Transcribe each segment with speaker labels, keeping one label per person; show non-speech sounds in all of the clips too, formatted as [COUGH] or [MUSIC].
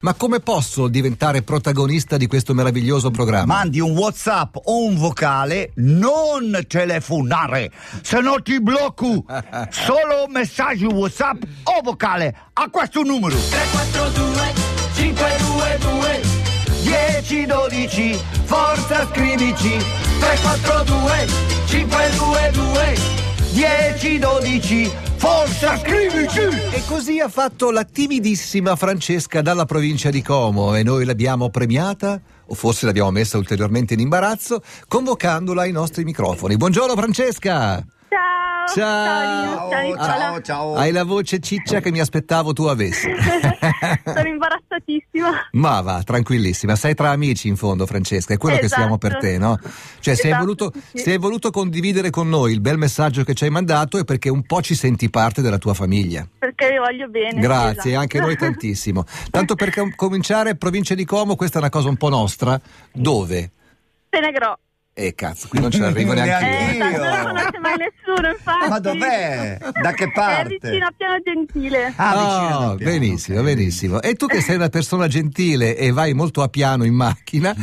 Speaker 1: Ma come posso diventare protagonista di questo meraviglioso programma?
Speaker 2: Mandi un WhatsApp o un vocale, non telefonare, se no ti [LAUGHS] blocco. Solo messaggi WhatsApp o vocale a questo numero
Speaker 3: 342 522
Speaker 2: 1012. Forza scrivici
Speaker 3: 342 522
Speaker 2: 1012. Forza scrivici.
Speaker 1: E così ha fatto la timidissima Francesca dalla provincia di Como e noi l'abbiamo premiata, o forse l'abbiamo messa ulteriormente in imbarazzo, convocandola ai nostri microfoni. Buongiorno Francesca!
Speaker 4: Ciao!
Speaker 1: Ciao.
Speaker 4: Ciao, Nino, ciao
Speaker 2: Ciao, ciao.
Speaker 1: Hai la voce ciccia che mi aspettavo tu avessi.
Speaker 4: Nicola. [LAUGHS] Sono imbarazzatissima.
Speaker 1: Ma va, tranquillissima, sei tra amici in fondo Francesca, è quello che
Speaker 4: Esatto.
Speaker 1: siamo per te, no? Cioè se, hai
Speaker 4: Esatto,
Speaker 1: voluto,
Speaker 4: sì.
Speaker 1: se hai voluto condividere con noi il bel messaggio che ci hai mandato è perché un po' ci senti parte della tua famiglia.
Speaker 4: Perché vi voglio bene.
Speaker 1: Grazie,
Speaker 4: esatto.
Speaker 1: anche
Speaker 4: [LAUGHS]
Speaker 1: noi tantissimo. Tanto per com- cominciare, provincia di Como, questa è una cosa un po' nostra. Dove?
Speaker 4: Tenegrò.
Speaker 1: Eh cazzo, qui non ce l'arrivo neanche
Speaker 2: Neanche.
Speaker 1: io.
Speaker 4: Eh, tanto non
Speaker 2: Io.
Speaker 4: lo conosce mai nessuno, infatti.
Speaker 2: Ma dov'è? Da che parte?
Speaker 4: [LAUGHS] È vicino a Piano Gentile.
Speaker 2: vicino
Speaker 1: Ah,
Speaker 2: al piano,
Speaker 1: benissimo,
Speaker 2: ok.
Speaker 1: benissimo. E tu che sei una persona gentile e vai molto a piano in macchina,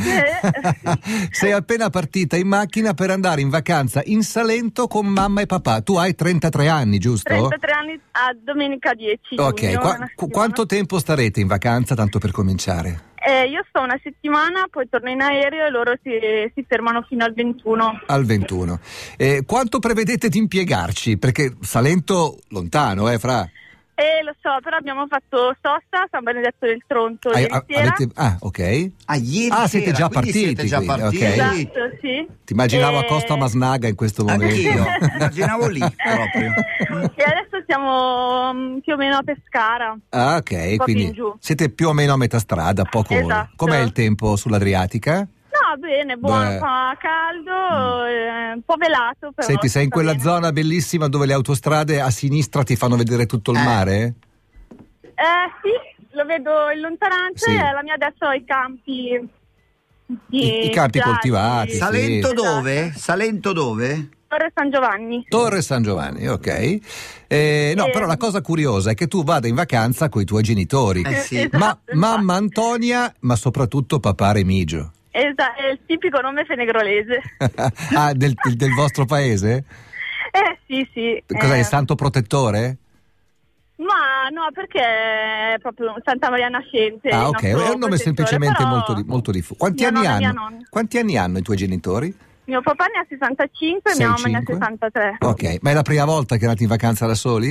Speaker 4: Sì.
Speaker 1: sei appena partita in macchina per andare in vacanza in Salento con mamma e papà. Tu hai 33 anni, giusto?
Speaker 4: 33 anni a domenica 10.
Speaker 1: Ok,
Speaker 4: giugno,
Speaker 1: qua-
Speaker 4: una
Speaker 1: qu-
Speaker 4: settimana.
Speaker 1: quanto tempo starete in vacanza, tanto per cominciare?
Speaker 4: Eh, io sto una settimana, poi torno in aereo e loro si, si fermano fino al 21.
Speaker 1: al 21. Eh, quanto prevedete di impiegarci? Perché Salento lontano, eh, fra.
Speaker 4: E lo so, però abbiamo fatto sosta, San Benedetto del Tronto
Speaker 1: Hai-
Speaker 4: ieri
Speaker 1: a-
Speaker 4: sera.
Speaker 1: avete- ah, ok.
Speaker 2: Ah, ieri
Speaker 1: Ah, siete
Speaker 2: sera,
Speaker 1: già
Speaker 2: quindi
Speaker 1: partiti,
Speaker 2: Siete già
Speaker 1: quindi,
Speaker 2: partiti.
Speaker 1: ok.
Speaker 4: Esatto, sì.
Speaker 1: Ti immaginavo a
Speaker 4: Eh,
Speaker 1: Costa Masnaga in questo momento.
Speaker 2: Anch'io, [LAUGHS] immaginavo
Speaker 1: [LAUGHS]
Speaker 2: lì proprio.
Speaker 4: [LAUGHS] e adesso siamo mm, più o meno a Pescara.
Speaker 1: Ah,
Speaker 4: Un
Speaker 1: ok,
Speaker 4: po' più
Speaker 1: quindi
Speaker 4: in giù.
Speaker 1: siete più o meno a metà strada, poco.
Speaker 4: Esatto.
Speaker 1: Com'è il tempo sull'Adriatica?
Speaker 4: No, bene, buono,
Speaker 1: Beh. Mm.
Speaker 4: fa caldo, eh, un po' velato però.
Speaker 1: Senti, sei in
Speaker 4: sta
Speaker 1: quella
Speaker 4: bene.
Speaker 1: zona bellissima dove le autostrade a sinistra ti fanno vedere tutto il
Speaker 2: Eh.
Speaker 1: mare?
Speaker 4: Eh sì, lo vedo in lontananza
Speaker 1: Sì.
Speaker 4: e alla mia destra ho i campi.
Speaker 1: I- i campi
Speaker 4: gialli.
Speaker 1: coltivati,
Speaker 2: Eh,
Speaker 1: sì.
Speaker 2: Salento
Speaker 4: Esatto.
Speaker 2: dove? Salento dove?
Speaker 4: Torre San Giovanni.
Speaker 1: Torre San Giovanni, ok. Eh, no,
Speaker 4: Eh.
Speaker 1: però la cosa curiosa è che tu vada in vacanza con i tuoi genitori.
Speaker 2: Eh sì.
Speaker 4: Esatto,
Speaker 1: Ma
Speaker 4: infatti.
Speaker 1: mamma Antonia, ma soprattutto papà Remigio. [LAUGHS]
Speaker 4: Esa- è il tipico nome fenegrolese.
Speaker 1: ah, del, del- del vostro paese?
Speaker 4: Eh sì, sì.
Speaker 1: Cos'è,
Speaker 4: eh.
Speaker 1: il santo protettore?
Speaker 4: Ma no, perché è proprio Santa Maria Nascente.
Speaker 1: ah,
Speaker 4: il
Speaker 1: ok,
Speaker 4: nostro
Speaker 1: è un nome
Speaker 4: protettore,
Speaker 1: semplicemente
Speaker 4: però
Speaker 1: molto, di- molto diffuso. Quanti anni
Speaker 4: mio nonno e mia
Speaker 1: hanno?
Speaker 4: nonna.
Speaker 1: Quanti anni hanno i tuoi genitori?
Speaker 4: Mio papà ne ha 65 e mia mamma ne ha
Speaker 1: 65?
Speaker 4: 63.
Speaker 1: Ok, ma è la prima volta che andate in vacanza da soli?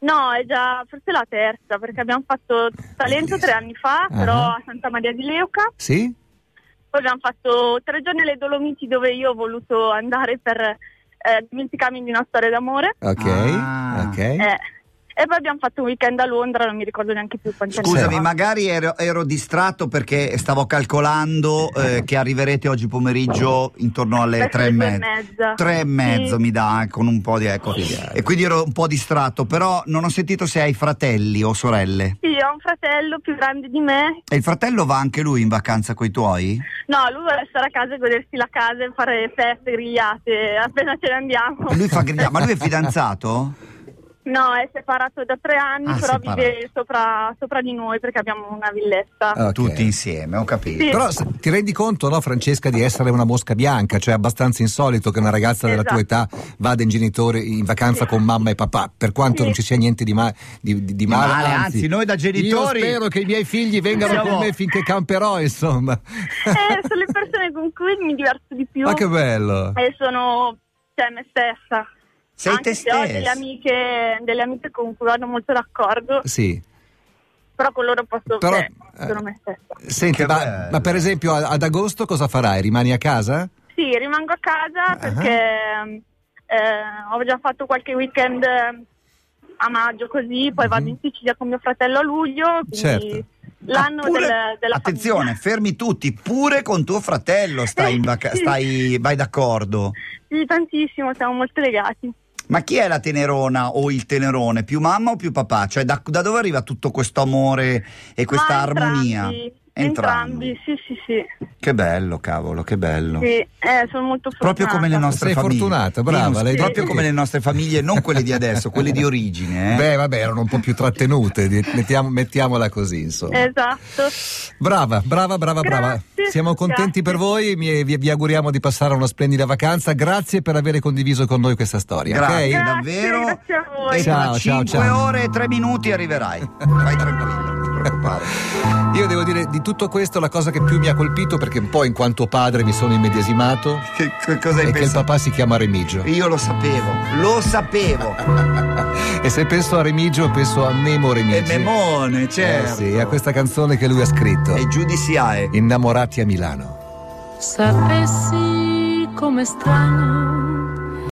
Speaker 4: No, è già forse la terza, perché abbiamo fatto Talento tre anni fa,
Speaker 1: Ah.
Speaker 4: però a Santa Maria di Leuca.
Speaker 1: Sì?
Speaker 4: Poi abbiamo fatto tre giorni alle Dolomiti dove io ho voluto andare per eh, dimenticarmi di una storia d'amore.
Speaker 1: Ok,
Speaker 2: Ah.
Speaker 1: ok.
Speaker 4: Eh, E poi abbiamo fatto un weekend a Londra, non mi ricordo neanche più quanti anni
Speaker 2: Scusami,
Speaker 4: fa.
Speaker 2: magari ero, ero distratto perché stavo calcolando eh, che arriverete oggi pomeriggio intorno alle
Speaker 4: Verso
Speaker 2: tre e
Speaker 4: le due e
Speaker 2: mezza.
Speaker 4: mezza.
Speaker 2: Tre e mezzo
Speaker 4: Sì.
Speaker 2: mi dà con un po' di ecco. E quindi ero un po' distratto, però non ho sentito se hai fratelli o sorelle.
Speaker 4: Sì, ho un fratello più grande di me.
Speaker 2: E il fratello va anche lui in vacanza coi tuoi?
Speaker 4: No, lui vuole stare a casa e godersi la casa e fare feste, grigliate, appena ce ne andiamo.
Speaker 2: E Lui fa
Speaker 4: [LAUGHS]
Speaker 2: gridare, ma lui [LAUGHS] è fidanzato?
Speaker 4: No, è separato da tre anni,
Speaker 2: Ah,
Speaker 4: però
Speaker 2: separato.
Speaker 4: vive sopra, sopra di noi perché abbiamo una villetta.
Speaker 1: Ok.
Speaker 2: Tutti insieme, ho capito.
Speaker 4: Sì.
Speaker 1: Però se- ti rendi conto, no, Francesca, di essere una mosca bianca, cioè è abbastanza insolito che una ragazza della tua età
Speaker 4: Esatto.
Speaker 1: vada in genitori in vacanza con mamma e papà, per quanto
Speaker 4: Sì.
Speaker 1: non ci sia niente di, ma- di- di- di male.
Speaker 2: male, anzi, noi da genitori-
Speaker 1: Io spero che i miei figli vengano
Speaker 2: Siamo-
Speaker 1: con me finché camperò, insomma.
Speaker 4: Eh, sono
Speaker 1: [LAUGHS]
Speaker 4: le Eh, persone con cui mi diverto di più
Speaker 1: Ma che bello!
Speaker 4: e sono cioè, me stessa.
Speaker 2: Sei
Speaker 4: Anche
Speaker 2: te
Speaker 4: se ho delle
Speaker 2: stessa.
Speaker 4: amiche, delle amiche con cui vado molto d'accordo,
Speaker 1: Sì.
Speaker 4: però con loro posso...
Speaker 1: Però-
Speaker 4: eh, sono
Speaker 1: eh.
Speaker 4: me stessa.
Speaker 1: Senti,
Speaker 2: Che
Speaker 1: ma,
Speaker 2: bello.
Speaker 1: ma per esempio a- ad agosto cosa farai? Rimani a casa?
Speaker 4: Sì, rimango a
Speaker 2: Ah.
Speaker 4: casa perché eh, ho già fatto qualche weekend eh, a maggio così, poi
Speaker 1: Mhm.
Speaker 4: vado in Sicilia con mio fratello a luglio, quindi
Speaker 1: Certo.
Speaker 4: l'anno
Speaker 2: Ah, pure-
Speaker 4: del- della
Speaker 2: Attenzione,
Speaker 4: famiglia.
Speaker 2: fermi tutti, pure con tuo fratello stai in vaca-
Speaker 4: Sì.
Speaker 2: stai, vai d'accordo.
Speaker 4: Sì, tantissimo, siamo molto legati.
Speaker 2: Ma chi è la tenerona o il tenerone? Più mamma o più papà? Cioè, da, da dove arriva tutto questo amore e questa
Speaker 4: Ma entrambi,
Speaker 2: armonia? Entrambi.
Speaker 4: Entrambi, sì, sì, sì.
Speaker 2: Che bello, cavolo, che bello.
Speaker 4: Sì, eh, sono molto fortunata.
Speaker 2: Proprio come le nostre
Speaker 1: Sei
Speaker 2: famiglie.
Speaker 1: fortunata, brava,
Speaker 2: Linus,
Speaker 1: l'hai detto
Speaker 2: proprio
Speaker 1: te.
Speaker 2: come le nostre famiglie, non quelle di adesso, quelle di origine. eh.
Speaker 1: Beh, vabbè, erano un po' più trattenute, di- mettiamo- mettiamola così, insomma.
Speaker 4: Esatto.
Speaker 1: Brava, brava, brava, brava.
Speaker 4: Grazie,
Speaker 1: Siamo contenti
Speaker 4: grazie.
Speaker 1: per voi, mi- vi, vi auguriamo di passare una splendida vacanza. Grazie per aver condiviso con noi questa storia.
Speaker 2: Grazie,
Speaker 1: ok?
Speaker 4: Grazie,
Speaker 2: davvero.
Speaker 4: grazie a voi.
Speaker 2: E
Speaker 1: Ciao, ciao,
Speaker 2: tra 5
Speaker 1: ciao.
Speaker 2: ore e 3 minuti arriverai. Vai tranquillo, non ti [LAUGHS] preoccupare.
Speaker 1: Io devo dire di tutto questo la cosa che più mi ha colpito, perché un po' in quanto padre mi sono immedesimato,
Speaker 2: Che, che cosa hai
Speaker 1: è che il
Speaker 2: pensato?
Speaker 1: papà si chiama Remigio.
Speaker 2: Io lo sapevo, lo sapevo.
Speaker 1: E se penso a Remigio, penso a Memo Remigio. Eh
Speaker 2: E Memone, certo.
Speaker 1: sì, a questa canzone che lui ha scritto,
Speaker 2: E giudiciae.
Speaker 1: Innamorati a Milano.
Speaker 5: Sapessi com'è strano